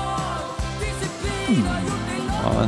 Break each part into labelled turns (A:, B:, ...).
A: Mm. Ja,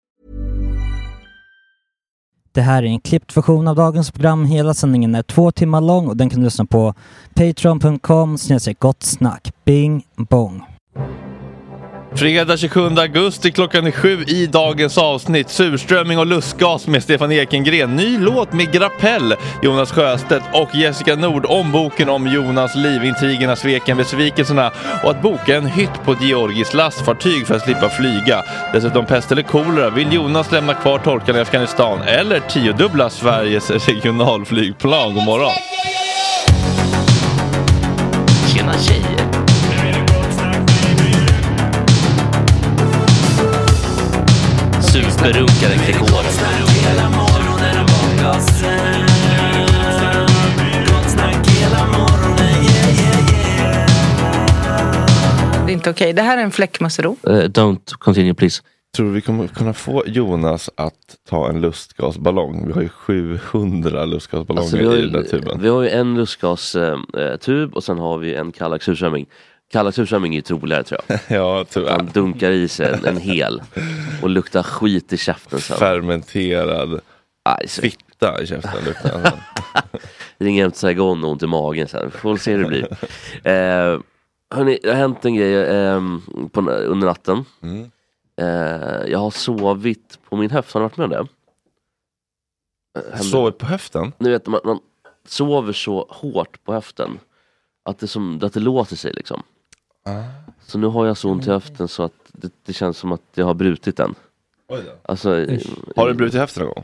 B: Det här är en klippt version av dagens program. Hela sändningen är två timmar lång och den kan du lyssna på patreon.com snedstreck gott snack. Bing bong.
A: Fredag 27 augusti klockan är sju i dagens avsnitt Surströmming och lustgas med Stefan Ekengren Ny låt med Grappell, Jonas Sjöstedt och Jessica Nord Om boken om Jonas liv, intrigerna, sveken, besvikelserna Och att boka en hytt på ett georgiskt lastfartyg för att slippa flyga Dessutom pest eller kolera Vill Jonas lämna kvar torkan i Afghanistan Eller tiodubbla Sveriges regionalflygplan? God morgon!
C: Tjena tjejer! Superrunkaren Gregor.
D: det är inte okej. Det här är en fläckmussero.
E: Eh, don't continue please.
A: Tror du vi kommer kunna få Jonas att ta en lustgasballong? Vi har ju 700 lustgasballonger
E: Alltså, vi, har
A: i den där
E: ju,
A: tuben.
E: vi har ju en lustgastub eh, tub och sen har vi en Kallax surströmming. Kallax surströmming är ju troligare tror jag.
A: ja, tyvärr.
E: Han dunkar i sig en, en hel och luktar skit i käften sen.
A: Fermenterad
E: Aj, så-
A: fitta i käften luktar han.
E: Ringa hem till Saigon och ont i magen sen. Får väl se hur det blir. Eh, hörni, det har hänt en grej eh, på, under natten.
A: Mm.
E: Eh, jag har sovit på min höft. Har ni varit med om det? Eh, händer-
A: Sovit på höften?
E: Ni vet, man, man sover så hårt på höften att det, som, att det låter sig liksom.
A: Ah.
E: Så nu har jag så ont i höften så att det, det känns som att jag har brutit den.
A: Oj då.
E: Alltså, i-
A: Har du brutit höften någon gång?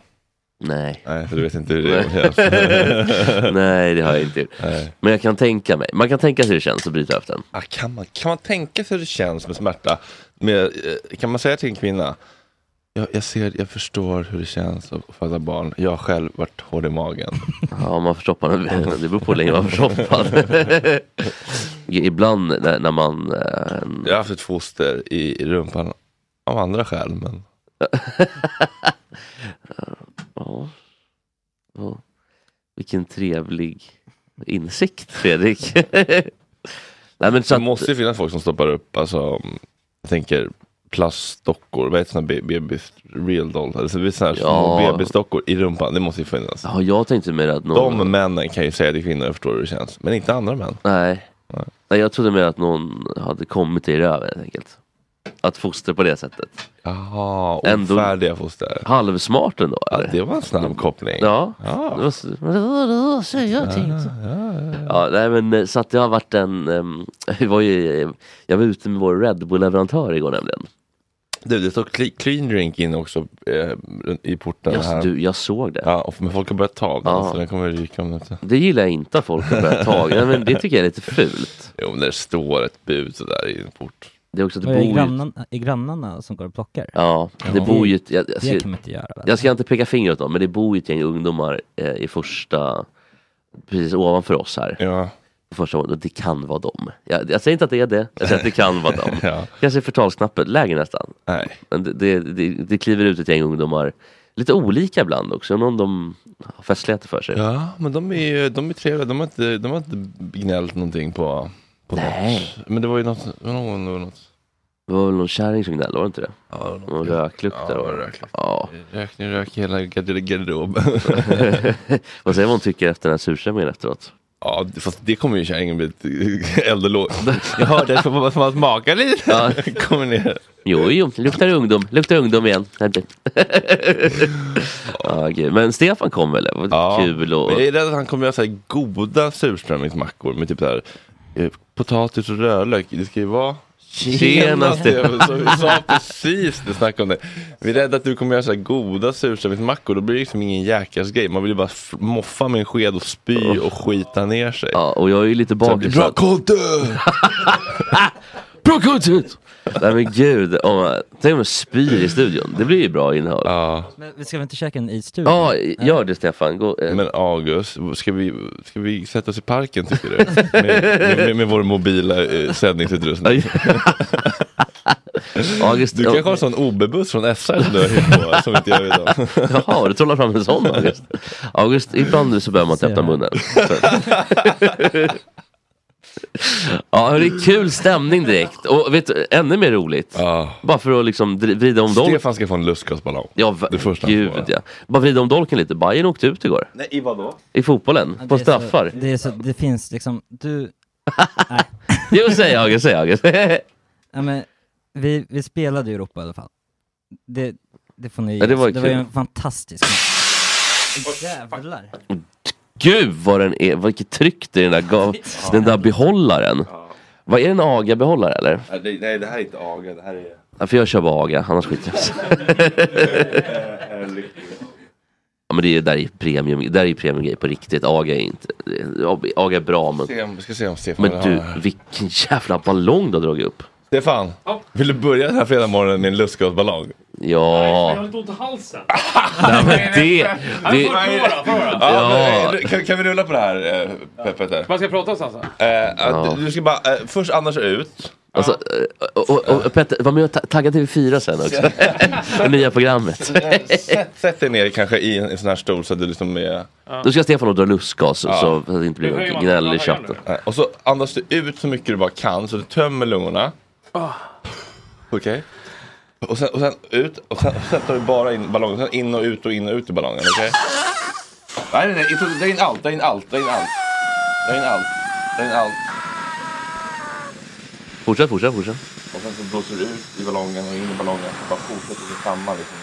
E: Nej.
A: Nej, för du vet inte hur det
E: Nej.
A: känns.
E: Nej, det har jag inte gjort.
A: Nej.
E: Men jag kan tänka mig. Man kan tänka sig hur det känns att bryta höften.
A: Ah, kan, man, kan man tänka sig hur det känns med smärta? Med, eh, kan man säga till en kvinna, jag, jag, ser, jag förstår hur det känns att föda barn, jag har själv varit hård i magen.
E: Ja, man förstoppar den. Det beror på hur länge man förstoppar. Ibland när, när man... eh,
A: Jag har haft ett foster i, i rumpan av andra skäl,
E: Mm.
A: men
E: Ja. ja. Vilken trevlig insikt, Fredrik. Nej, men så
A: det
E: att,
A: måste ju finnas folk som stoppar upp, alltså, jag tänker plastdockor, vad heter sådana be- bebis, real doll, alltså, det är såna här
E: Ja.
A: små bebisdockor i rumpan, det måste ju finnas.
E: ja, jag tänkte mer att någon...
A: De männen kan ju säga till kvinnor, jag förstår hur det känns, men inte andra män.
E: Nej. Nej, jag trodde mer att någon hade kommit i röven helt enkelt. Att foster på det sättet.
A: Jaha,
E: Ändå-
A: ofärdiga foster.
E: Halvsmart ändå.
A: Ja,
E: eller?
A: det var en snabb koppling.
E: Ja.
A: Ja.
E: Det var så- jag tänkte. Ja, nej, men eh, så att jag har varit en... ehm, jag var ju, eh, jag var ute med vår Red Bull-leverantör igår nämligen.
A: Du, det står cle- clean drink in också eh, i porten
E: Just,
A: här.
E: du, jag såg det.
A: Ja, och- men folk har börjat ta den,
E: Ja.
A: så den kommer ryka om lite.
E: Det gillar jag inte att folk har börjat ta. Nej, men det tycker jag är lite fult.
A: Jo, men det står ett bud sådär i en port.
E: Det är också att
B: Och
E: det
B: är det
E: bor ju...
B: grannarna, är grannarna som går och plockar?
E: Ja, det
B: Ja.
E: bor ju... ett- Jag, jag,
B: Det
E: ska,
B: kan man inte göra väl?
E: jag ska inte peka finger åt dem, men det bor ju ett gäng ungdomar eh, i första... Precis ovanför oss här.
A: Ja,
E: på första våningen. Och det kan vara dem. Jag, jag säger inte att det är det, jag säger att det kan vara dem.
A: Ja.
E: Kanske förtalsknappen, lägre nästan.
A: nej.
E: Men det, det, det, det kliver ut ett gäng ungdomar, lite olika ibland också. Någon de har festligheter för sig.
A: Ja, men de är, ju- de är trevliga. De har inte, de har inte gnällt någonting på, på
E: Nej.
A: något. Men det var ju något, någon, någon, något.
E: Det var väl någon kärring som gnällde, var det inte det?
A: Ja,
E: Någon rökluktar.
A: Ja, det var
E: och-
A: röklukt.
E: Ja.
A: Rök, nu rök hela garder- garderoben.
E: Vad säger hon tycker efter den här surströmmingen efteråt?
A: ja, fast det kommer ju kärringen bli ett eldolåg. Jag hörde det som att- som att maka lite.
E: Ja.
A: kommer ner.
E: Jo, jo, luktar ungdom, luktar ungdom igen. ja, gud. Men Stefan kom väl? Vad Kul och...
A: Men jag är rädd att han kommer göra så här goda surströmmingsmackor med typ så här eh, potatis och rödlök. Det ska ju vara
E: Tjena,
A: Stefan! Så Vi sa precis det, snacka om det. Vi är rädda att du kommer göra så här goda surströmmingsmackor. Då blir det liksom ingen jäklas grej. Man vill ju bara f- moffa med en sked och spy och skita ner sig.
E: Ja, och jag är ju lite
A: Så det blir
E: bakis.
A: bra konto!
E: Bra kultur! Nej men gud, om, tänk om jag spyr i studion. Det blir ju bra innehåll. Ja,
B: Men vi ska väl inte käka en i studion?
E: ah, gör det Stefan. Gå, eh,
A: Men August, ska vi, ska vi sätta oss i parken tycker du? Med, med, med vår mobila eh, sändningsutrustning.
E: August,
A: Du kanske har en sån OB-buss från SR som du har hyrt på, som inte jag vet om.
E: Jaha, du trollar fram en sån August. August, ibland så behöver man inte
B: Ser
E: öppna
B: jag.
E: munnen. ja, det är kul stämning direkt. Och vet du, ännu mer roligt.
A: Ja.
E: Bara för att liksom dri- vrida om dolken.
A: Stefan ska få en lustgasballong.
E: Ja, va-
A: det första han
E: gud
A: får.
E: ja. Bara vrida om dolken lite. Bayern åkte ut igår.
A: Nej, i vadå?
E: I fotbollen.
B: Ja,
E: På
B: det är så-
E: straffar.
B: Det, är så, det finns liksom, du,
E: Jo, säg August, säg August.
B: ja, men, vi, vi spelade i Europa i alla fall. Det, det får ni ge
E: Ja, det
B: oss.
E: var
B: det var ju
E: kul.
B: en fantastisk Jävlar!
E: Gud vad den är, vilket tryck det är i den där, gav, den där behållaren. Vad är det en AGA-behållare eller?
A: Nej, det här är inte aga, det här är...
E: Ja, för jag kör bara AGA, annars skiter jag i ja, men det är, där är ju premium, där är ju premiumgrej på riktigt. AGA är inte, AGA är bra men,
A: Vi ska se om Stefan
E: men
A: vill ha
E: du
A: det här.
E: vilken jävla ballong du har dragit upp.
A: Stefan, vill du börja den här fredag morgonen med en lustgasballong?
E: Ja. Jag har lite ont i halsen. Nej, men det, det,
A: Ja. men, eh, Kan, kan vi rulla på det här eh, Pe- Petter? Vad ska jag prata om alltså? Eh, att du- Du ska bara eh, först andas ut.
E: Alltså, eh, och, och, och, Petter, var med och ta- tagga TV4 sen också. det nya programmet.
A: Sätt, sätt dig ner kanske i en, en sån här stol så att du liksom är...
E: Då ska Stefan och dra lustgas så, så att det inte
A: Nu
E: blir
A: höjer
E: något
A: man
E: gnäll i
A: den här
E: chatten.
A: Nej, Och så andas du ut så mycket du bara kan så du tömmer lungorna.
F: Ah.
A: Okej. Och, sen, och sen ut och sen, och sen tar du bara in ballongen. Sen in och ut och in och ut i ballongen. Okej? Nej, nej, nej. inte- Dra in allt. Dra in allt. Dra in allt. Dra in allt. Dra in allt.
E: Fortsätt, fortsätt, fortsätt.
A: Och sen så blåser du ut i ballongen och in i ballongen. Så bara fortsätter det samma liksom.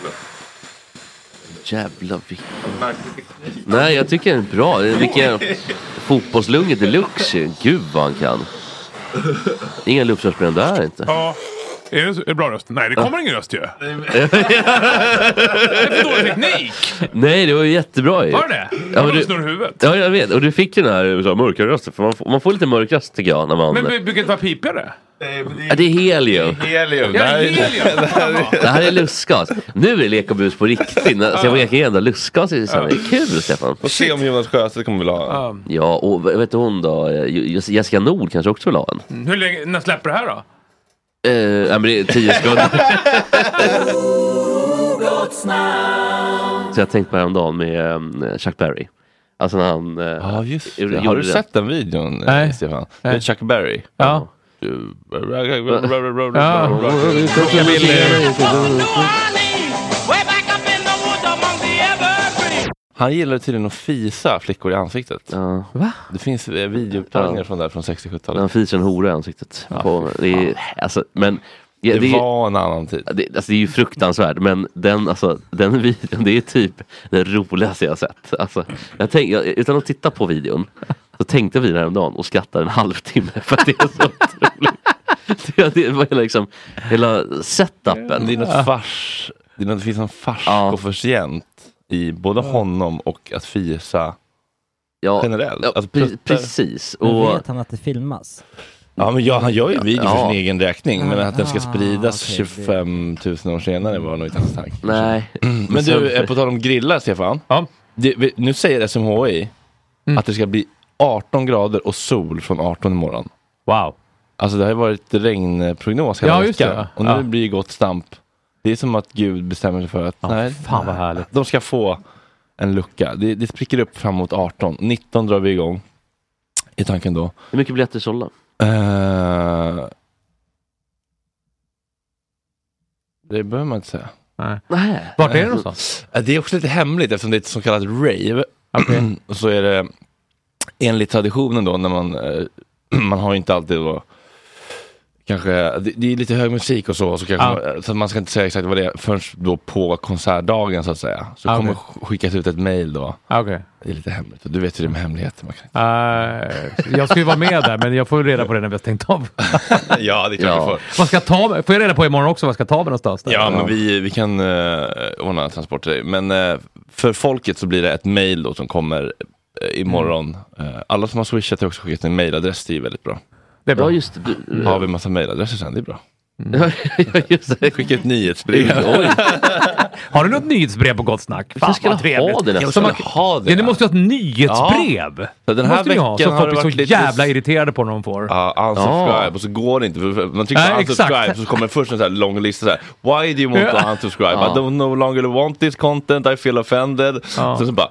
E: Jävla vilken...
A: Verkligen.
E: Nej, jag tycker den är bra. Vilken fotbollslunge deluxe. ju. Gud vad han kan. Inga luftrörsproblem där inte.
F: Ja. Är det, så- är det bra röst? Nej, det kommer
E: Ja.
F: ingen röst ju. Det
E: är
F: för dålig teknik.
E: Nej, det var ju jättebra ju.
F: Var det?
E: Ja, men
F: du
E: du...
F: snurrar huvudet.
E: Ja, jag vet. Och du fick ju den här så här, mörka rösten. För man får, man får lite mörk röst tycker jag. När man...
F: Men brukar det inte vara pipigare?
E: Ja, det är helium.
A: Helium.
F: Ja, helium.
E: Det här är lustgas. Nu är det lek och bus på riktigt. Så jag vågar ändå lustgas i sändning. Kul Stefan.
A: Och se om Jonas Sjöstedt kommer vilja ha en.
E: Ja, och v- vet du hon då? Eh, Je- Jessica Nord kanske också vill ha en?
F: Mm, Hur länge, när släpper det här då?
E: Eh, nej men det är tio sekunder. Så jag tänkte på häromdagen med eh, Chuck Berry. Alltså när han... eh, gjorde-
A: Har du
E: gjorde
A: sett den videon, eh,
E: Nej.
A: Stefan? Det
E: Nej.
A: är Chuck Berry.
F: Ja.
A: Jag vill- Han gillar tydligen att fisa flickor i ansiktet.
E: Va?
A: Det finns eh, videoupptagningar från där från 60-70-talet.
E: Han fiser en hora i ansiktet. på, det är, alltså, men,
A: Det var
E: en annan tid. Det, alltså, det är ju fruktansvärt men den, alltså, den videon det är typ den roligaste jag har sett. Alltså, jag tänk, jag, utan att titta på videon så tänkte vi den häromdagen och skrattade en halvtimme för att det är så otroligt. Det, det var hela, liksom, hela setupen.
A: Det är något fars, det, är något, det finns en farskoefficient i både honom och att fisa generellt.
E: ja,
A: Alltså,
E: pre-
A: pruttar-
E: precis.
B: Men vet han att det filmas?
A: Ja men jag, han gör ju en video för
E: Ja.
A: sin egen räkning men att den ska
B: Ah,
A: spridas
B: okej, det-
A: 25 000 år senare var nog inte hans tanke.
E: Nej.
A: Mm, Men du, eh, på tal om grillar Stefan. Det, vi- nu säger SMHI
F: Mm.
A: att det ska bli 18 grader och sol från 18 imorgon.
F: Wow.
A: Alltså det har ju varit regnprognos hela
F: Ja, just
A: veckan.
F: det.
A: Och nu
F: Ja.
A: blir det gott stamp. Det är som att Gud bestämmer sig för att nej,
F: fan vad härligt.
A: de ska få en lucka. Det, det spricker upp framåt 18. 19 drar vi igång. I tanken då.
E: Hur mycket biljetter sålda?
A: Eh, det behöver man inte säga.
F: Nej. Vart är det
A: någonstans? Det är också lite hemligt eftersom det är ett så kallat rave. Och så är det enligt traditionen då när man, eh, man har ju inte alltid då Kanske, det, det är lite hög musik och så, så, kanske,
F: Ja.
A: man- eh, så man ska inte säga exakt vad det är förrän då på konsertdagen så att säga. Så
F: Ah,
A: kommer
F: okej.
A: sk- skickas ut ett mail då.
F: Ah, Okej.
A: Det är lite hemligt, du vet ju det med hemligheter. Man kan...
F: Eh, jag ska ju vara med där, men jag får ju reda på det när vi har stängt av.
A: ja, det är
F: klart du får. Vad ska jag ta mig? Får jag reda på imorgon också vad jag ska ta mig någonstans? där?
A: Ja, men vi, vi kan uh, ordna transport till dig. Men eh, för folket så blir det ett mejl då som kommer uh, imorgon. Eh, alla som har swishat har också skickat en mejladress, det är ju väldigt bra.
F: Mm. Det är bra.
E: Ja, just det. Du-
A: Har vi massa mejladresser sen, det är bra.
E: just det.
A: Skicka ett nyhetsbrev.
F: Har du något nyhetsbrev på Gott Snack?
A: Jag skulle ha det nästan.
F: Som man-
A: Jag skulle ha det
F: Ja, ni måste ju ha ett nyhetsbrev.
A: Ja. Så den här
F: måste ni ha,
A: veckan
F: så
A: har det
F: folk blir så
A: varit lite-
F: jävla irriterade på när de får.
A: Ja, unsubscribe och så går det inte. För för man trycker
F: Nej,
A: på unsubscribe
F: exakt.
A: så kommer det först en sån här lång lista. Så här, Why do you want to
F: Ja.
A: unsubscribe?
F: Ja.
A: I don't no longer want this content, I feel offended.
F: Ja.
A: Sen så bara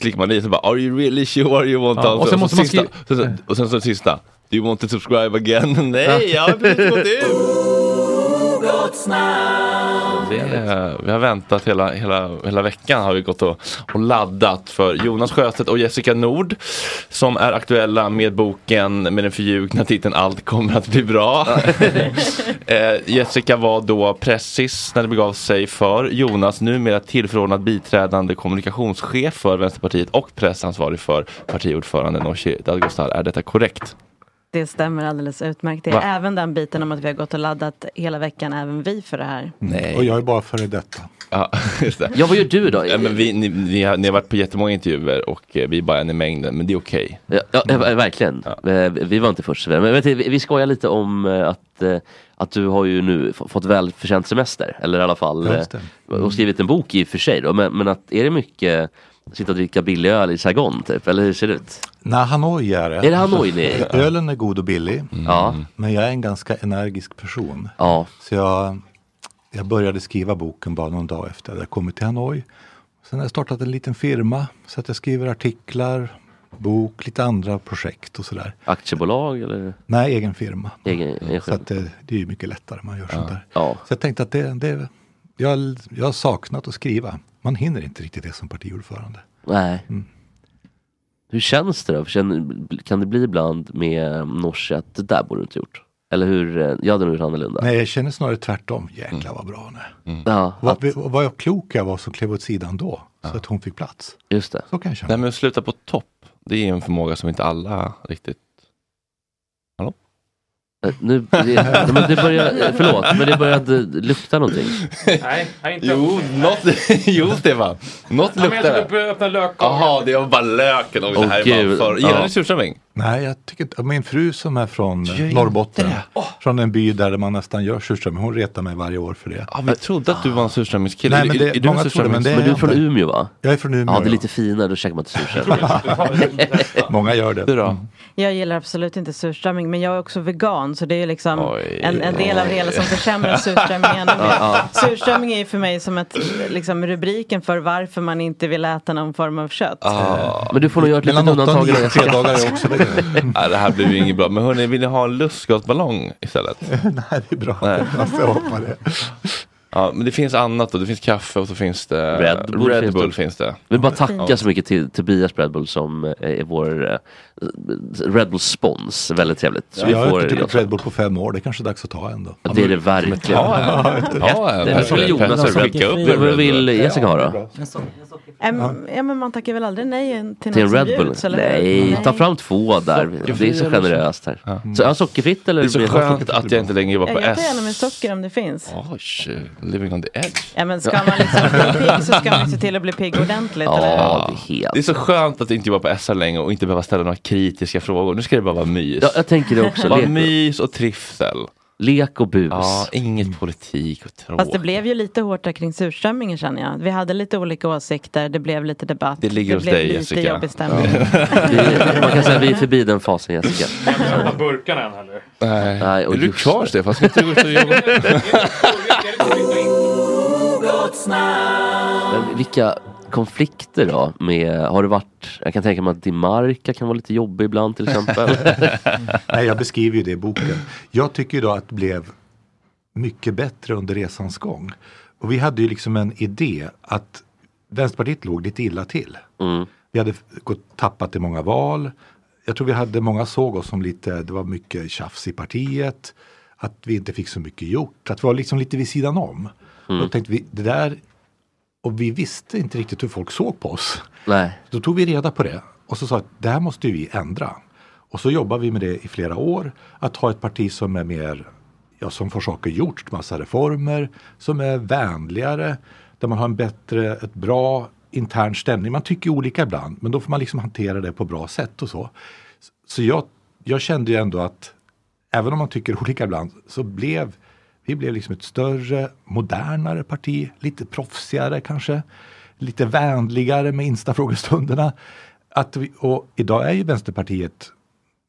A: klickar man i så bara Are you really sure you want
F: Ja,
A: to
F: och sen
A: unsubscribe?
F: måste man
A: sista,
F: skri-
A: sen, så- och sen så sista. Do you want to subscribe again? Nej, jag har precis gått ut. Eh, Vi har väntat hela, hela, hela veckan har vi gått och, och laddat för Jonas Sjöstedt och Jessica Nord som är aktuella med boken med den förljugna titeln Allt kommer att bli bra. eh, Jessica var då pressis när det begav sig för Jonas, numera tillförordnad biträdande kommunikationschef för Vänsterpartiet och pressansvarig för partiordförande Nooshi Dadgostar. Är detta korrekt?
G: Det stämmer alldeles utmärkt. Det
A: Va?
G: är även den biten om att vi har gått och laddat hela veckan, även vi för det här.
A: Nej.
H: Och jag är bara före detta.
A: Ja, just det.
E: Ja, vad gör du då?
A: Ja, men vi, ni, ni, har, ni har varit på jättemånga intervjuer och eh, vi är bara en i mängden, men det är okej.
E: Ja, ja, eh, verkligen. Eh, Vi var inte först. Men, men, vet du, vi vi skojar lite om eh, att att, eh, att du har ju nu f- fått välförtjänt semester. Eller i alla fall,
H: Just
E: eh, och skrivit en bok i och för sig då. Men, men att, är det mycket sitta och dricka billig öl i Saigon typ? Eller hur ser det ut?
H: Nej, Hanoi är det.
E: Är det Hanoi ni är i?
H: Ölen är god och billig.
E: Ja.
H: Men jag är en ganska energisk person.
E: Ja.
H: Så jag, jag började skriva boken bara någon dag efter att jag kommit till Hanoi. Sen har jag startat en liten firma. Så att jag skriver artiklar, bok, lite andra projekt och sådär.
E: Aktiebolag eller?
H: Nej, egen firma.
E: Egen, egen.
H: Så att det, det är ju mycket lättare man gör sånt där.
E: Ja.
H: Så jag tänkte att det, det jag, jag har saknat att skriva. Man hinner inte riktigt det som partiordförande.
E: Nej.
H: Mm.
E: Hur känns det då? Känner- Kan det bli ibland med Norse att det där borde du inte gjort? Eller hur? eh, Jag hade nog gjort annorlunda.
H: Nej, jag känner snarare tvärtom. Jäklar
E: Mm.
H: vad bra hon är.
E: Ja,
H: Vad, vad jag klok jag var som klev åt sidan då, så att hon fick plats.
E: Just det.
H: Så kan jag känna.
A: Nej men sluta på topp, det är en förmåga som inte alla riktigt... Hallå?
E: Eh, Nu, det, nej, men det börjar, eh, förlåt, men det började lukta någonting.
A: Nej, inte Jo, något, jo Stefan. Något
I: Ja, men jag
A: luktar
I: skulle
A: det.
I: börja öppna lök.
A: Jaha, det var bara löken. Och det
H: Åh,
A: här är bara
H: gud.
A: för... Gillar
H: Ja.
A: ni surströmming?
H: Nej, jag tycker inte, min fru som är från
A: Gör inte
H: Norrbotten,
A: det.
H: från en by där man nästan gör surströmming, hon retar mig varje år för det.
A: Ja, vi trodde att du var en surströmmingskille.
H: Ah. Nej, men det-
A: är, är du en
H: många tror det, men det
A: surströmmings-
H: är
E: Men du är
H: jag
E: från
H: inte.
E: Umeå va?
H: Jag är från Umeå,
E: Ja, det är
H: ja.
E: lite finare, då käkar man inte surströmming.
H: Många gör det. Mm.
A: Du då?
G: Jag gillar absolut inte surströmming men jag är också vegan så det är liksom en, en del av det hela som försämrar surströmming ännu mer.
E: Ja, ja.
G: Surströmming är ju för mig som ett, liksom, rubriken för varför man inte vill äta någon form av kött.
E: Men du får nog göra ett litet
A: Mellan åtta och
E: undantag.
A: nio
E: Jessica.
A: fredagar är också Ah. Nej, det här blir ju inget bra. Men hörni, vill ni ha en lustgasballong istället?
H: Nej, det är bra.
A: Nej.
H: Jag hoppar det.
A: Ja, men det finns annat då. Det finns kaffe och så finns det...
E: Red Bull,
A: Red
E: finns
A: Bull
E: det.
A: finns det.
E: Vi vill bara
A: Ja.
E: tacka så mycket till Tobias Red Bull som eh, är vår eh, Red Bull spons. Väldigt trevligt. Så vi
H: jag har
E: får,
H: inte druckit Red Bull på fem år, det är kanske är dags att ta en då.
E: Ja, det är det verkligen.
H: Ja, ja,
E: Ja, ja, Här får Jonas ha Red Bull. Vad- Vad vill Jessica ha då?
G: Äm, Eh, ja men man tackar väl aldrig nej till,
E: Till en
G: något som
E: Red Bull?
G: bjuds, eller hur?
E: Nej, ta fram två där. Det är så
A: eller så-
E: generöst här. Så, ja, sockerfritt eller?
A: Det är så
E: blir-
A: skönt att jag inte längre jobbar
G: Ja,
A: på
G: jag tar
A: S.
G: gärna med socker om det finns.
A: Oj,
E: eh,
A: living on the edge.
G: Ja men ska man liksom bli pigg så ska man ju se till att bli pigg ordentligt. eller?
E: det, är helt...
A: det är så skönt att inte jobba på SR längre och inte behöva ställa några kritiska frågor. Nu ska det bara vara mys.
E: Ja, jag tänker det också.
A: Bara
E: Lek-
A: mys och trivsel.
E: Lek och bus.
A: Ja, inget politik och tråk.
G: Fast det blev ju lite hårt där kring surströmmingen känner jag. Vi hade lite olika åsikter, det blev lite debatt.
E: Det ligger hos
G: blev
E: dig,
G: lite
E: Jessica.
G: jobbig stämning.
E: Vi- Man kan säga att vi är förbi den fasen Jessica.
I: Jag vill inte öppna burkarna än heller.
A: Nej.
E: Nej, och
A: är du
E: just
A: kvar Stefan? Ska inte du gå ut och jobba?
E: Men vilka konflikter då? Med, har det varit, jag kan tänka mig att Dimarca kan vara lite jobbig ibland till exempel.
H: Nej, jag beskriver ju det i boken. Jag tycker ju då att det blev mycket bättre under resans gång. Och vi hade ju liksom en idé att Vänsterpartiet låg lite illa till.
E: Mm.
H: Vi hade gått, tappat i många val. Jag tror vi hade, många såg oss som lite, det var mycket tjafs i partiet. Att vi inte fick så mycket gjort, att vi var liksom lite vid sidan om.
E: Mm.
H: Då tänkte vi, det där, och vi visste inte riktigt hur folk såg på oss.
E: Nej.
H: Då tog vi reda på det och så sa att det här måste ju vi ändra. Och så jobbar vi med det i flera år. Att ha ett parti som är mer, ja, som får saker gjort, massa reformer, som är vänligare, där man har en bättre, ett bra intern stämning. Man tycker olika ibland, men då får man liksom hantera det på bra sätt och så. Så jag, jag kände ju ändå att även om man tycker olika ibland så blev vi blev liksom ett större, modernare parti, lite proffsigare kanske, lite vänligare med instafrågestunderna. Att vi, och idag är ju Vänsterpartiet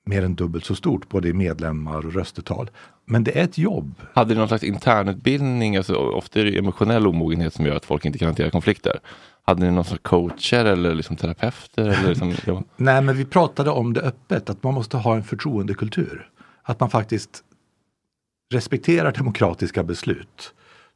H: mer än dubbelt så stort, både i medlemmar och röstetal. Men det är ett jobb.
A: Hade ni någon slags internutbildning? Alltså, ofta är det emotionell omogenhet som gör att folk inte kan hantera konflikter. Hade ni någon slags coacher eller liksom terapeuter? Eller liksom, ja.
H: Nej, men vi pratade om det öppet, att man måste ha en förtroendekultur. Att man faktiskt respekterar demokratiska beslut,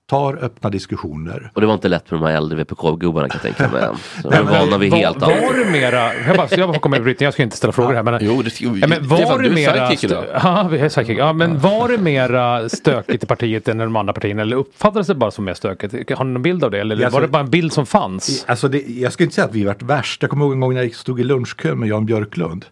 H: tar öppna diskussioner,
E: Och det var inte lätt med de här äldre VPK-gubbarna kan jag tänka mig. Så De
H: Nej,
E: är
H: men-
E: vana vid
H: var-
E: helt annat.
F: Var det mera, jag bara, jag bara kommer med Britney, jag ska inte ställa frågor här. Men,
A: jo, det,
F: ja, men var
A: Stefan,
F: det
A: du är
F: mera,
A: sidekick idag.
F: ja, vi är sidekick. ja, men var det mera stökigt i partiet än de andra partierna? Eller uppfattades det bara som mer stökigt? Har ni någon bild av det? Eller
H: Ja,
F: var
H: alltså-
F: det bara en bild som fanns?
H: Alltså det, jag skulle inte säga att vi varit värst. Jag kommer ihåg en gång när jag stod i lunchkön med Jan Björklund.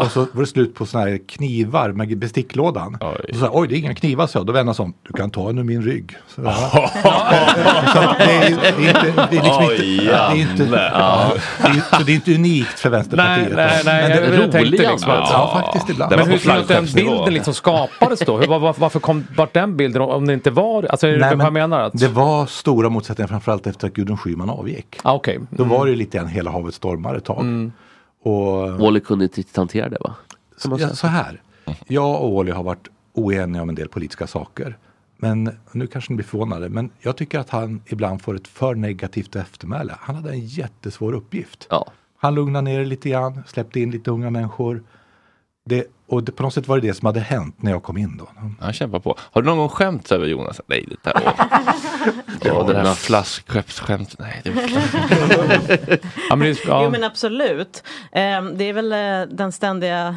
H: Och så var det slut på såna här knivar med besticklådan. Och så sa jag, oj det är inga knivar så jag. Då vände jag sig om, du kan ta en ur min rygg. Så, jag, Så att det är det är inte- det är liksom inte-
A: Oj,
H: det är inte-
A: Janne.
H: ja, det är ju- så det är inte unikt för Vänsterpartiet.
F: Nej, nej, nej,
H: Men
F: jag
H: det-
F: rolig tänkte liksom att-
H: Ja, faktiskt ibland.
F: Men hur tror du att den bilden liksom skapades då? Hur, var, var, varför kom vart den bilden om det inte var alltså, är det?
H: Nej,
F: vad
H: men
F: jag menar? Att,
H: Det var stora motsättningar framförallt efter att Gudrun Schyman avgick.
F: Ah, okay.
H: Då var det ju lite en hela havet stormar ett tag.
F: Mm.
H: Och,
E: Wally kunde inte riktigt hantera det va? Kan man
H: ja,
E: säga.
H: så här. Jag och Wally har varit oeniga om en del politiska saker. Men nu kanske ni blir förvånade, men jag tycker att han ibland får ett för negativt eftermäle. Han hade en jättesvår uppgift. Han lugnade ner det lite grann, släppte in lite unga människor. Det, och det, på något sätt var det det som hade hänt när jag kom in då.
A: Han kämpar på. Har du någon gång skämts över Jonas? Nej, det där. Åh,
H: var
A: Åh, den här
H: natt.
A: flaskskeppsskämtet. Nej, det var
F: ja, men det, är- ja.
G: Jo men absolut. Ehm, det är väl eh, den ständiga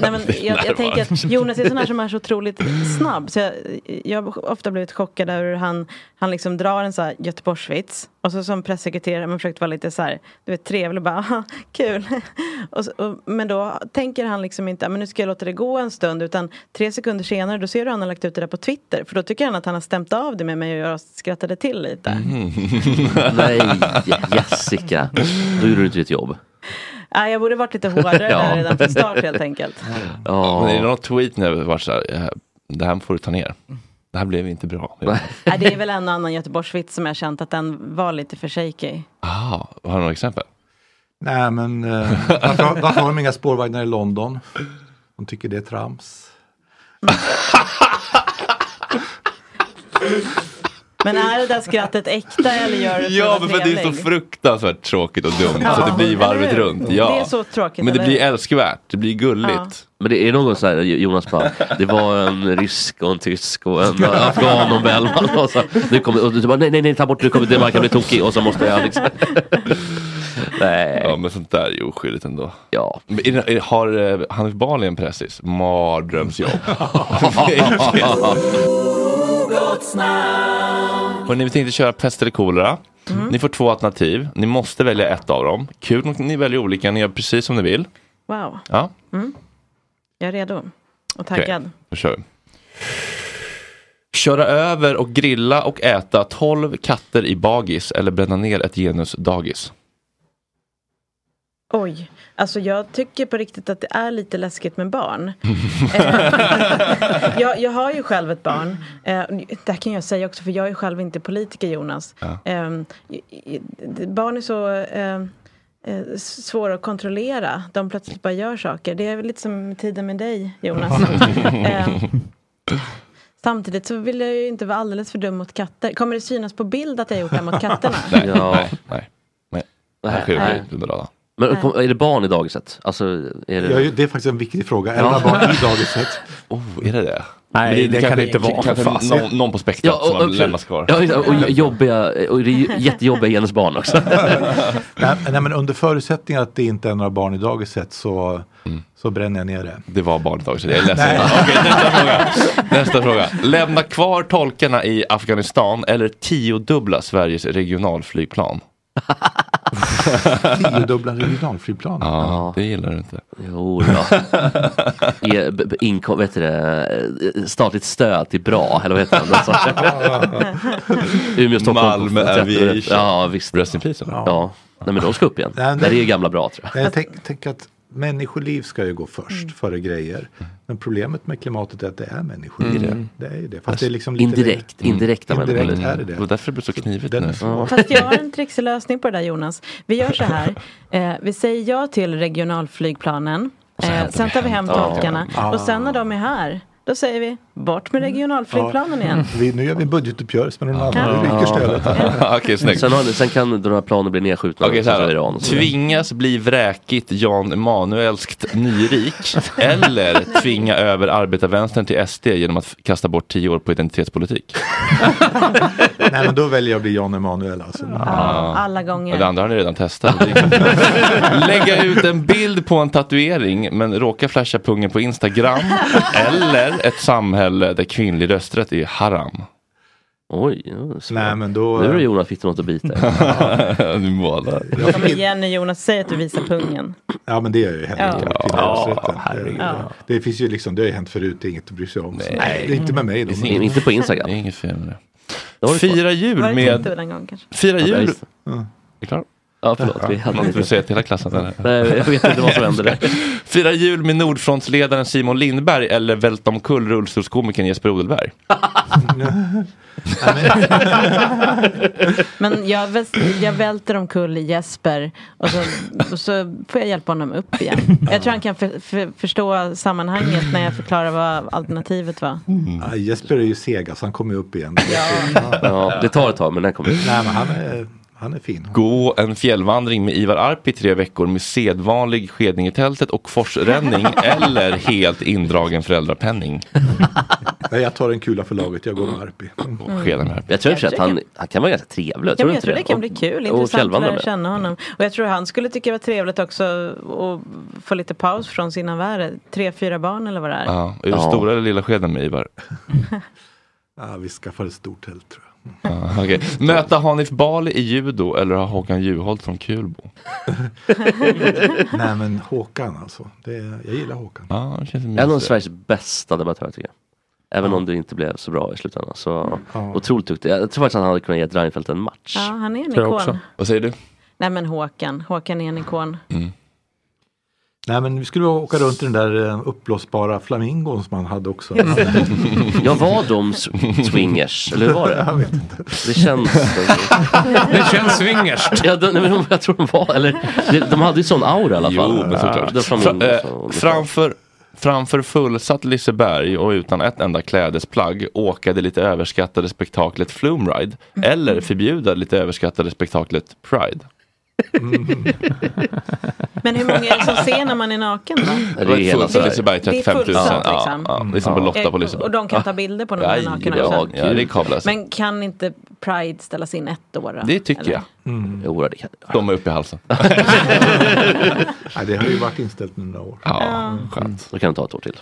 G: Nej, men jag, jag tänker att Jonas är sån här som är så otroligt snabb. Så jag, jag har ofta blivit chockad över hur han, han liksom drar en så här Göteborgsvits. Och så som pressekreterare har man försökt vara lite så här, du vet, trevlig och bara, "Haha, kul. Och så, och, men då tänker han liksom inte, "Ah, men nu ska jag låta det gå en stund. Utan tre sekunder senare, då ser du att han har lagt ut det där på Twitter. För då tycker han att han har stämt av det med mig och jag skrattade till lite.
E: Nej, Jessica. Då gjorde du inte ditt jobb.
G: Nej, jag borde varit lite hårdare
A: Ja.
G: där redan från start helt enkelt.
A: Ja. Men är det något tweet när vi varit så här, eh, det här får du ta ner. Det här blev inte bra.
G: Nej, det är väl en annan Göteborgsvits som jag känt att den var lite för shaky.
A: Ah, har du några exempel?
H: Nej men eh, varför, har- varför har de inga spårvagnar i London? De tycker det är trams.
G: Men är det där skrattet äkta eller gör det
A: Ja, men för att det är så fruktansvärt tråkigt och dumt så det blir
G: Eller
A: varvet
G: hur?
A: runt. Ja.
G: Det är så tråkigt.
A: Men det
G: eller
A: blir
G: hur?
A: älskvärt, det blir gulligt.
G: Ja.
E: Men det är någon så här, Jonas bara, det var en rysk och en tysk och en afghan och en belman. Och så, nu kommer, och du bara, nej, nej, nej, ta bort det, kommer, det man kan bli tokig och så måste jag liksom. Nej.
A: Ja men sånt där är ju oskyldigt ändå. Ja. har eh, Hanif Bali en pressis? Mardrömsjobb. Hörrni, vi tänkte köra pest eller kolera. Ni får två alternativ. Ni måste välja ett av dem. Kul om ni väljer olika. Ni gör precis som ni vill.
G: Wow,
A: Ja,
G: Mm. jag är redo. Och
A: okej.
G: taggad.
A: Då kör vi. Köra över och grilla och äta 12 katter i bagis eller bränna ner ett genusdagis.
G: Oj, alltså jag tycker på riktigt att det är lite läskigt med barn. jag, jag har ju själv ett barn. Eh, det här kan jag säga också för jag är själv inte politiker Jonas.
J: Ja.
G: Ehm, i- i- d- barn är så eh, eh, s- svåra att kontrollera. De plötsligt bara gör saker. Det är väl lite som tiden med dig Jonas. Ehm, Samtidigt så vill jag ju inte vara alldeles för dum mot katter. Kommer det synas på bild att jag gjort det här mot katterna?
A: Nej, nej, nej. nej. Det här sker
G: Nej.
A: ju under radarn.
E: Men kom, är det barn i dagiset? Alltså, är det...
H: Ja, ju- det är faktiskt en viktig fråga. Är det några barn i dagiset?
A: Oh, är det det?
E: Nej,
A: Men
E: det kan det inte vara.
A: Kanske
E: Fan.
A: någon, någon på spektrat
E: Ja,
A: som
E: och-
A: har lämnats kvar.
E: Ja, just det. och jobbiga, och det är ju jättejobbiga genusbarn också.
H: nej, nej, men under förutsättning att det inte är några barn i dagiset så, så bränner jag ner det.
A: Mm. Det var barn i dagiset, jag är ledsen. Okej, nästa fråga. Nästa fråga. Lämna kvar tolkarna i Afghanistan eller tiodubbla Sveriges regionalflygplan?
H: Tiodubbla regionalflygplan.
A: Ja, det gillar du inte.
E: Jo, då. Ge, b, b, inkom, vet du det, eh, statligt stöd till bra, eller vad heter det? Alltså. Umeå, Stockholm.
A: Malmö
E: 30.
A: Aviation.
E: Ja, visst. Rest in peace. Ja. Nej, men de ska upp igen.
H: Nej, men
E: det... är ju gamla bra tror jag.
H: Nej, tänk, tänk att människoliv ska ju gå först före grejer. Men problemet med klimatet är att det är människor.
A: Mm.
H: Det, är det. det är ju det. Fast
E: Alltså,
H: det är liksom lite
E: indirekt,
H: längre-
E: indirekta
H: indirekt
E: människor.
H: är det
A: Det
H: det.
A: var därför det blev så knivigt
H: Den
A: nu.
H: är svår.
G: Fast jag har en trixig lösning på det där Jonas. Vi gör så här. Eh, vi säger ja till regionalflygplanen. Eh, sen tar vi hem
H: Ja.
G: tolkarna.
H: Ja.
G: Och
E: Ah.
G: sen när de är här, då säger vi bort
E: Mm.
G: med regionalflygplanen igen.
H: Vi, nu gör vi en budgetuppgörelse med någon annan. Vi
E: Ja.
H: ryker stödet.
A: Okej, snyggt.
E: sen, har, ni- sen kan de här planen bli nedskjutna.
A: Okej, så här,
E: av
A: då.
E: Iran och så vidare.
A: tvingas bli vräkigt Jan Emanuelskt nyrik eller tvinga över arbetarvänstern till SD genom att f- kasta bort tio år på identitetspolitik?
H: Nej, men då väljer jag att bli Jan Emanuel. Alltså.
E: Ah.
A: Ah.
G: alla
A: Och Det
G: gånger.
A: andra har ni redan testat. Det är- Lägga ut en bild på en tatuering men råka flasha pungen på Instagram eller ett samhälle där kvinnlig rösträtt är haram.
E: Oj, ja, så.
H: Nej, men då...
E: nu har Jonas fick något att bita i.
A: du målar.
G: Kom igen nu Jonas, säg att du visar pungen.
H: Ja men det gör ju
G: Ja.
H: heller inte.
A: Ja,
H: Det, det finns ju liksom, det har ju hänt förut, det är inget att bry sig om. Så. Det är inte med mig då.
A: Det är
H: men-
E: Inte på Instagram.
A: Det är inget fel med
E: Då har
A: det.
E: du fått.
A: Fira
G: Var
A: jul
G: det inte
A: med...
G: den gången kanske?
A: Fira
E: Ja,
A: jul...
E: just det.
A: Är det klart?
E: Ja, förlåt. Vi hade
A: Något du vill
E: lite...
A: säga till hela klassen? Eller?
E: Nej, jag vet inte vad som hände där.
A: Fira jul med Nordfrontsledaren Simon Lindberg eller välta omkull rullstolskomikern Jesper Odelberg?
G: Men jag, väl- jag välter omkull Jesper och så, och så får jag hjälpa honom upp igen. Jag tror han kan för, för, förstå sammanhanget när jag förklarar vad alternativet var.
H: Mm. Ja, Jesper är ju seg, alltså han kommer ju upp igen.
E: Ja, det tar ett tag, men den kommer.
H: Nej men han är, han är fin.
A: Gå en fjällvandring med Ivar Arp i tre veckor med sedvanlig skedning i tältet och forsränning eller helt indragen föräldrapenning.
H: Nej, jag tar en kula för laget, jag går med Arpi. Mm.
A: Och skeda med Arp.
E: Jag tror i och för sig att han, han kan vara ganska trevlig.
G: Ja,
E: Tror du
G: men jag
E: inte
G: tror det kan
E: Och-
G: bli kul,
E: och
G: intressant att
E: fjällvandra
G: lära
E: med.
G: känna honom. Och jag tror han skulle tycka det var trevligt också att få lite paus från sina värld. Tre, fyra barn eller vad det är.
A: Ja, är det
E: Ja.
A: stora eller lilla skeden med Ivar?
H: Ja, vi skaffar ett stort tält tror jag.
A: Ah, okej. Möta Hanif Bali i judo eller ha Håkan Juholt som kulbo?
H: Nej men Håkan alltså, det är, jag gillar Håkan.
A: Ah, det känns
E: En av
A: mysigt.
E: Sveriges bästa debattörer tycker jag. Även om det inte blev så bra i slutändan. Så
H: Ja.
E: otroligt duktig. Jag tror faktiskt han hade kunnat ge Reinfeldt en match.
G: Ja, han är en
F: Tror jag också.
G: ikon.
A: Vad säger du?
G: Nej men Håkan, Håkan är en ikon.
H: Nej men vi skulle åka runt i den där eh, uppblåsbara flamingon som han hade också.
E: Mm. Jag var de sw- swingers, eller hur var det?
H: Jag vet inte.
E: Det känns...
F: Det känns swingers.
E: ja, de, nej, men de- jag tror de var, eller de- de hade ju sån aura i alla fall.
A: Jo, men såklart.
E: Det var
A: Fra,
E: flamingo
A: eh,
E: och-
A: framför, framför fullsatt Liseberg och utan ett enda klädesplagg åka det lite överskattade spektaklet Flumride
G: Mm.
A: eller förbjuda det lite överskattade spektaklet Pride.
G: Men hur många är det som ser när man är naken då?
A: Det
E: Det
A: var
E: är
A: ett
E: hela
A: fullsatt
E: Sverige.
A: Liseberg,
G: Det är
A: 35 000.
G: fullsatt,
A: Ja,
G: liksom.
A: ja, det är som på Lotta på
G: Och
A: Liseberg. Ah.
G: de kan ta bilder på när man är naken
A: Ja,
G: också.
A: ja, det kablas.
G: Men kan inte Pride ställas in ett år? då?
A: Det tycker
G: Eller?
A: jag.
E: Mm. Jo, det kan
A: De är uppe i halsen.
H: Nej, det har ju varit inställt nu några år. Mm.
A: Ja, skönt.
E: Då kan det ta ett år till.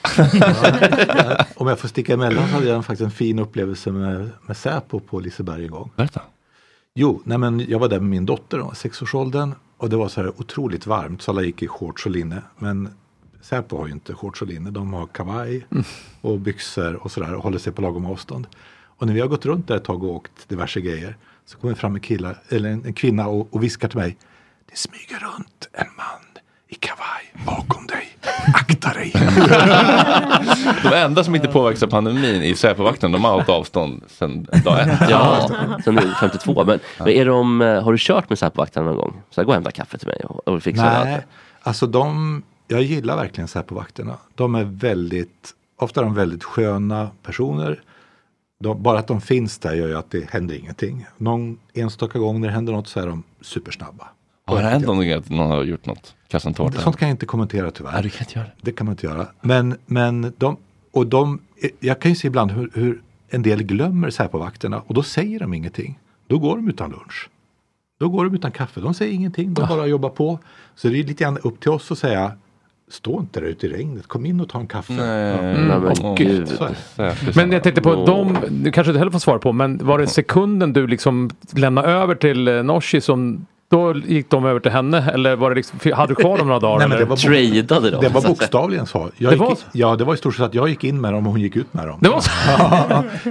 H: Om jag får sticka emellan så hade jag faktiskt en fin upplevelse med, med Säpo på Liseberg en gång.
A: Berätta.
H: Jo, nej men jag var där med min dotter, då, sexårsåldern. Och det var så här otroligt varmt så alla gick i shorts och linne. Men Säpo har ju inte shorts och linne, de har kavaj och byxor och sådär och håller sig på lagom avstånd. Och när vi har gått runt där ett tag och åkt diverse grejer så kommer fram en, killa, eller en, en kvinna och, och viskar till mig. Det smyger runt en man i kavaj bakom dig. Akta dig!
A: De enda som inte påverkas av pandemin i Säpovakten, de har hållit avstånd sedan dag ett.
E: Ja, sen är det 52. Men, men är de, eh, har du kört med Säpovakterna någon gång? Så här, gå och hämta kaffe till mig och, och fixa
H: Nej,
E: det.
H: alltså de, jag gillar verkligen Säpovakterna. De är väldigt, ofta är de väldigt sköna personer. De, bara att de finns där gör ju att det händer ingenting. Någon enstaka gång när det händer något så är de supersnabba.
A: Har det hänt någonting att någon har gjort något? Kastat en tårta?
H: Sånt kan jag inte kommentera tyvärr.
A: Nej, du kan inte göra det.
H: Det kan man inte göra. Men, men de, och de, jag kan ju se ibland hur, hur en del glömmer Säpovakterna och då säger de ingenting. Då går de utan lunch. Då går de utan kaffe. De säger ingenting, de bara jobbar på. Så det är lite grann upp till oss att säga Stå inte där ute i regnet, kom in och ta en kaffe.
F: Mm, men gud.
H: Så är det.
F: Men jag tänkte på, de, du kanske inte heller får svar på, men var det sekunden du liksom lämnade över till eh, Nooshi som då gick de över till henne eller var det liksom, hade du kvar dem några dagar?
H: Nej, men det
F: eller?
H: var bok- Det var bokstavligen så. Jag
F: Det
H: gick,
F: var
H: i-
F: så?
H: Ja, det var i stort sett att jag gick in med dem och hon gick ut med dem.
F: Det var så?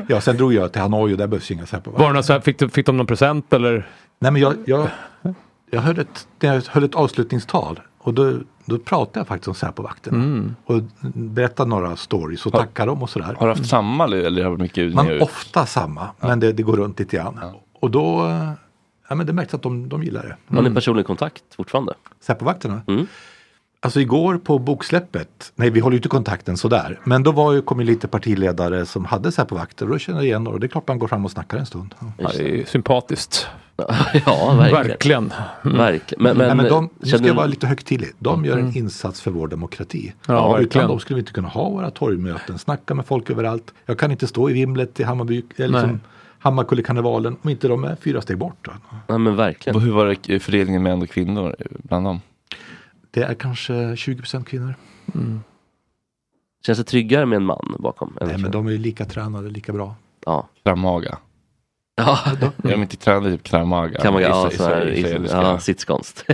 H: ja, sen drog jag till Hanoi och där behövs ju inga Säpovakter.
F: Var det någon så här, fick, du, fick de någon present eller?
H: Nej men jag, jag, jag, höll ett, när jag höll ett avslutningstal och då, då pratade jag faktiskt om Säpovakterna.
A: Mm.
H: Och berättade några stories och tackade dem och sådär.
A: Har du haft samma eller eller har det varit mycket
H: Man
A: nya ut?
H: ofta samma, men det, det går runt lite grann. Och då, eh, ja men det märks att de, de gillar det.
E: Har
F: Mm.
E: ni personlig kontakt fortfarande?
H: Säpovakterna? Alltså igår på boksläppet, nej vi håller ju inte kontakten sådär, men då var ju, kom ju lite partiledare som hade Säpovakter och då känner jag igen några. Det är klart man går fram och snackar en stund.
F: Ja, det är sympatiskt.
H: verkligen.
E: Ja,
F: Verkligen. Mm.
E: Verkligen.
H: Men,
E: Men, men,
H: Nej, men de, nu
E: känner
H: ska jag
E: du-
H: vara lite högtidlig. De gör
E: Mm.
H: en insats för vår demokrati.
E: Ja,
H: utan
E: verkligen.
H: dem skulle vi inte kunna ha våra torgmöten, snacka med folk överallt. Jag kan inte stå i vimlet i Hammarby, eller
E: Nej.
H: liksom Hammarkullekarnevalen om inte de är fyra steg bort. va?
E: Ja, men verkligen.
A: Och Hur var det, eh, fördelningen män och kvinnor eh, bland dem?
H: Det är kanske 20 procent kvinnor.
F: Mm.
E: Känns det tryggare med en man bakom?
H: Nej, men de är ju lika tränade, lika bra.
E: Ja.
A: Kramhaga.
E: Ja.
A: Är de inte tränade i typ kramhaga?
E: Kramhaga, ja,
A: Isa-
E: sån här-
A: isa- israeliska.
E: ja, sitskonst.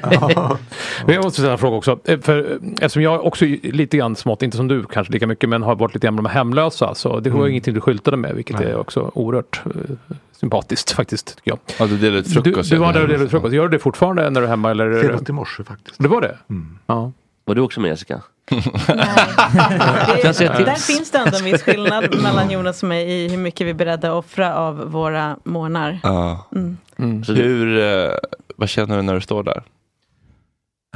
F: Men jag måste ställa en fråga också. Eh, För, eftersom jag också är lite grann smått, inte som du kanske lika mycket, men har varit lite grann med de hemlösa. Så det var
A: Mm.
F: ingenting du skyltade med, vilket
A: Nej.
F: är också oerhört eh, sympatiskt faktiskt, tycker jag.
A: Ja, du delade ut
F: Du,
A: frukost.
F: du
A: ja,
F: var där och
A: det-
F: delade ut frukost. Gör du det fortfarande när du är hemma? Eller?
H: Senast i morse faktiskt.
F: Det var det?
A: Mm.
F: Ja.
E: Var du också med Jessica?
G: Det,
E: Kanske ett
G: där
E: tips.
G: finns det ändå en viss skillnad mellan Jonas och mig i hur mycket vi är beredda att offra av våra månar.
A: Ja.
G: Mm.
E: Så du-
A: Hur, eh, vad känner du när du står där?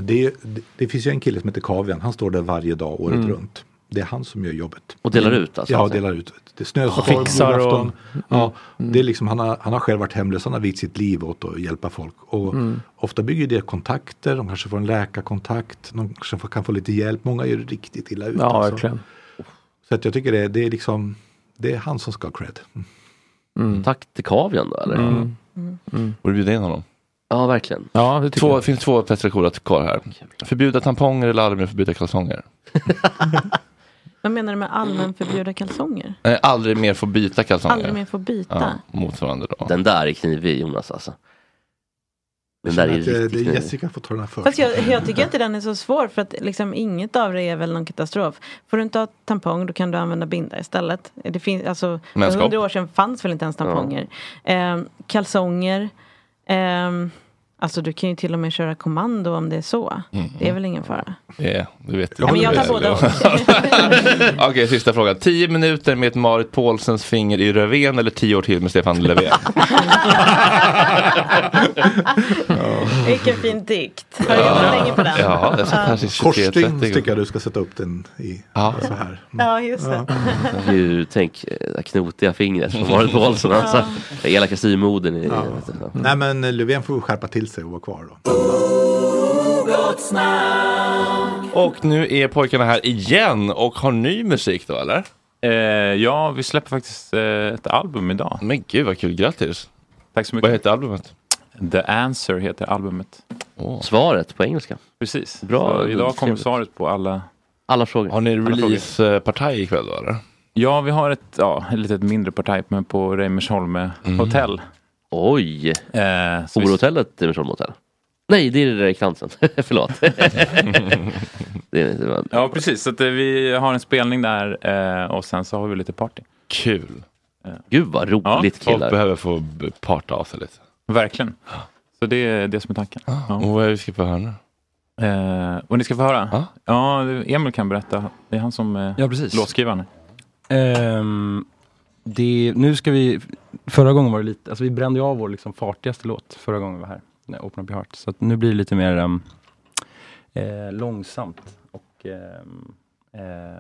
H: Det, är, ju- det, det finns ju en kille som heter Kavian, han står där varje dag året
A: Mm.
H: runt. Det är han som gör jobbet. Mm.
E: Och delar ut alltså?
H: Ja, delar ut. Det är snöstorm,
E: Och fixar och- Mm.
H: julafton. Ja, det är liksom, han, har, han har själv varit hemlös, han har vigt sitt liv åt att hjälpa folk. Och
E: Mm.
H: Ofta bygger det kontakter, de kanske får en läkarkontakt, de kanske får, kan få lite hjälp. Många gör riktigt illa ut.
F: Ja,
H: alltså.
F: verkligen.
H: Så att jag tycker det, det är liksom, det är han som ska ha cred.
F: Mm.
E: Tack till Kavian då eller?
A: Mm. Borde du bjuda in honom?
E: Ja, verkligen.
F: Ja, det
A: två, finns två Petra Kora kvar här. Förbjuda tamponger eller aldrig mer förbjuda kalsonger?
G: Vad menar du
A: Mm.
G: med allmän förbjuda kalsonger?
A: Nej, aldrig mer få byta kalsonger.
G: Aldrig mer få byta.
A: Ja, motsvarande då.
E: Den där är knivig Jonas alltså. Den där är
H: Att, eh,
E: riktigt
H: det är
E: knivig.
H: Jessica får ta den här för
G: Fast
H: sig.
G: jag, jag tycker inte den är så svår för att liksom inget av det är väl någon katastrof. Får du inte ha tampong då kan du använda binda istället. Det finns, alltså, för
A: Menskopp.
G: hundra år sedan fanns väl inte ens tamponger. Ehm, kalsonger. Ehm, alltså du kan ju till och med köra kommando om det är så.
A: Mhm.
G: Det är väl ingen fara.
A: Ja, du vet.
G: Ja, men jag tar båda.
A: Okej, sista frågan. 10 minuter med Marit Paulsens finger i röven eller 10 år till med Stefan Löfven?
G: Vilken fin dikt. Har du jobbat länge på den?
A: Ja, jag satt här sist
H: Korsstygn
A: 23.30.
H: tycker jag du ska sätta upp den i.
A: Ja.
H: Så här. Mm.
G: Ja, just det.
E: Gud, tänk eh, det där knotiga fingret från Marit Paulsson. Alltså. Den elaka styvmodern. i-
H: Ja.
E: vet inte.
H: Nej men eh, Löfven får skärpa till sig och vara kvar då.
A: Och nu är pojkarna här igen och har ny musik då eller?
J: ja, vi släpper faktiskt eh, ett album idag.
A: Men gud vad kul, grattis!
J: Tack så mycket.
A: Vad heter albumet?
J: The Answer heter albumet.
E: Svaret på engelska.
J: Precis.
E: Bra,
J: Så idag kommer
E: trevligt.
J: svaret på alla
E: Alla frågor.
A: Har ni
J: Alla frågor.
A: releasepartaj ikväll då eller?
J: Ja, vi har ett, ja, ett litet mindre parti men på Reimersholme
A: Mm.
J: hotell.
E: Oj!
J: Eh, så vi-
E: Horhotellet Dimension Motel? Nej, det är det där i kransen. Förlåt. det är, det var,
J: Ja, precis. Så att, eh, vi har en spelning där eh, och sen så har vi lite party.
A: Kul!
E: Gud vad roligt
A: Folk
E: killar.
A: behöver få b- parta av sig lite.
J: Verkligen. Så det är det som är tanken. Ja.
A: Ah, Och vad är det vi ska få höra nu? Ah.
J: Eh, och ni ska få höra? Ja. Emil kan berätta. Det är han som eh,
K: Ja, precis.
J: låtskrivaren.
K: Ehm, det, nu ska vi, förra gången var det lite, alltså vi brände ju av vår liksom fartigaste låt förra gången vi var här, när Open Up Your Heart. Så att nu blir det lite mer ehm, eh, långsamt och ehm,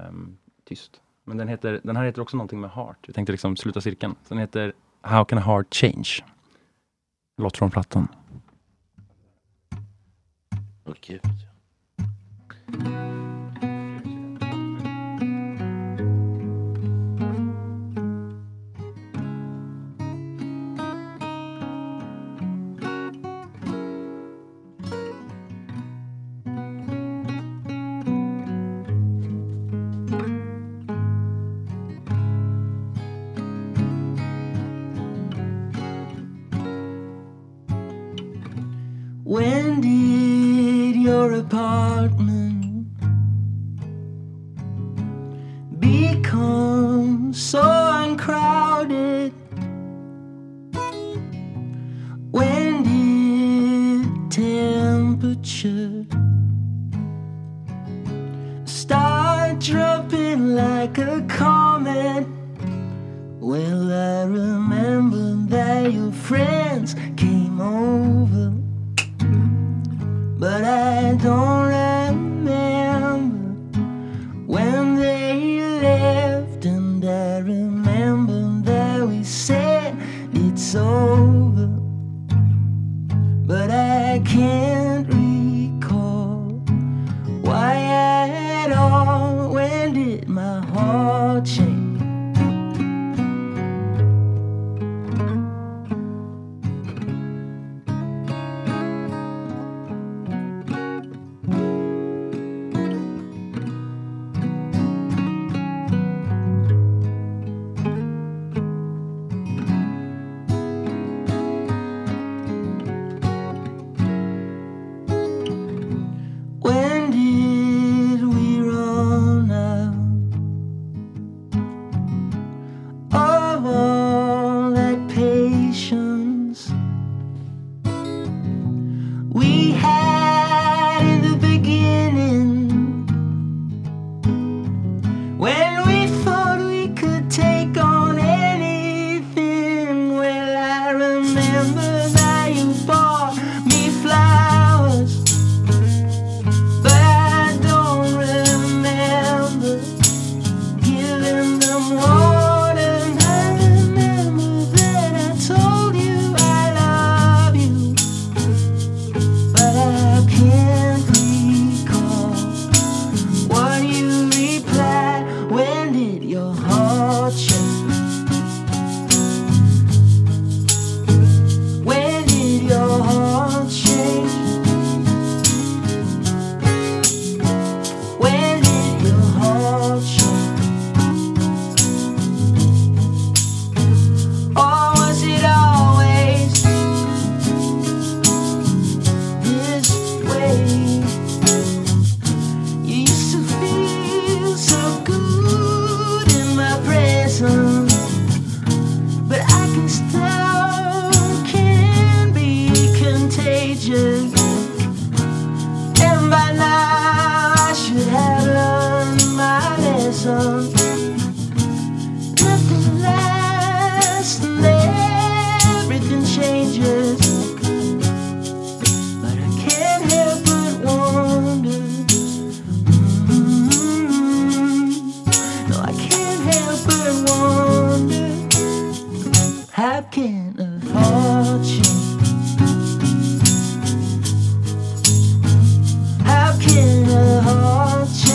K: ehm, tyst. Men den, heter, den här heter också någonting med heart. Jag tänkte liksom sluta cirkeln. Så Den heter How Can a Heart Change? Låt från plattan.
L: your apartment become so uncrowded? When did temperature start dropping like a comet? Well, I remember that your friends came over, but I don't remember when they left, and I remember that we said it's over, but I can't recall why at all. When did my heart shake? When did we run out of all that patience we had in the beginning? When we thought we could take on anything, well, I remember that you bought me flowers. But I don't remember giving them water. And I remember that I told you I love you, but I can't recall what you replied. When did your heart change? When did your heart change? When did your heart shine? Or was it always this way? You used to feel so good in my presence, but I can still can be contagious. And by now I should have learned my lesson. Nothing lasts and everything changes. But I can't help but wonder. Mm, No, I can't help but wonder. How can a heart change? How can a heart change?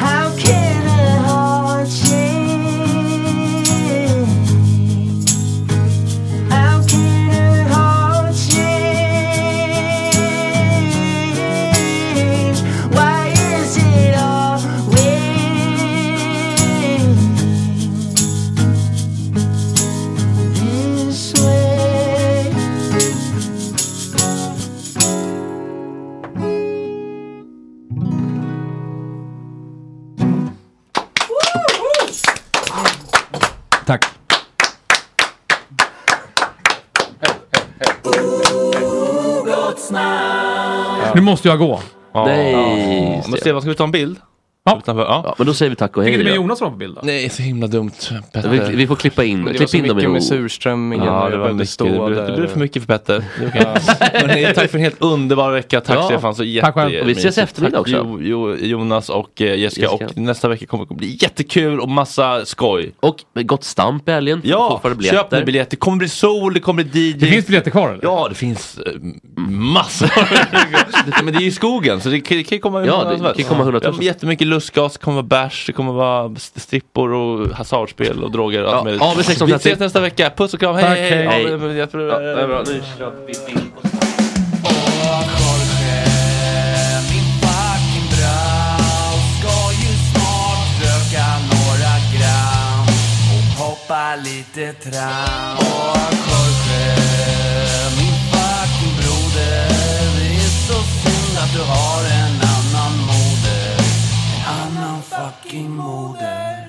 L: How can a heart change? How can a heart change? Why is it always this way?
K: Tack.
F: Nu måste jag gå.
A: Ja, men Stefan, ska vi ta en bild?
F: Ja.
A: Utanför, ja.
E: men då säger vi tack och hej
F: Ligger det med
E: då.
F: Jonas var på bild då?
A: Nej, så himla dumt. Petter.
E: Vi, vi får klippa in, klipp in dem i ro.
A: Ja, det, var mycket, det, blev, det blev för mycket för Petter. Det var okej. Hörrni, tack för en helt underbar vecka. Tack
E: Ja.
A: Stefan. Så
E: Tack själv.
A: jättemysigt.
E: Och vi ses eftermiddag
A: Tack,
E: också.
A: Jo, jo, Jonas och eh, Jessica.
E: Jessica.
A: Och nästa vecka kommer det bli jättekul och massa skoj.
E: Och gott stamp i helgen.
A: Ja,
E: Fortfarande biljetter.
A: köp nu biljetter. Det kommer bli sol, det kommer bli DJ.
F: Det finns biljetter kvar eller?
A: Ja, det finns eh, massor. Men det är ju i skogen så det kan, det kan ju komma hur
E: Ja,
A: många
E: det
A: som helst.
E: kan komma hundratusen.
A: Ja, Jättemycket lustgas, det kommer vara bärs, det kommer vara st- strippor och hasardspel och droger. och
E: Ja,
A: allt möjligt.
E: AB 16,
A: Vi ses nästa vecka. Puss och kram, hej!
E: Tack,
A: hej.
E: hej.
A: Ja, men jag tror-
E: Ja, det är bra. Nu
L: Hoppa lite tram Och Jorge, min fuck har en annan moder. En annan fucking moder.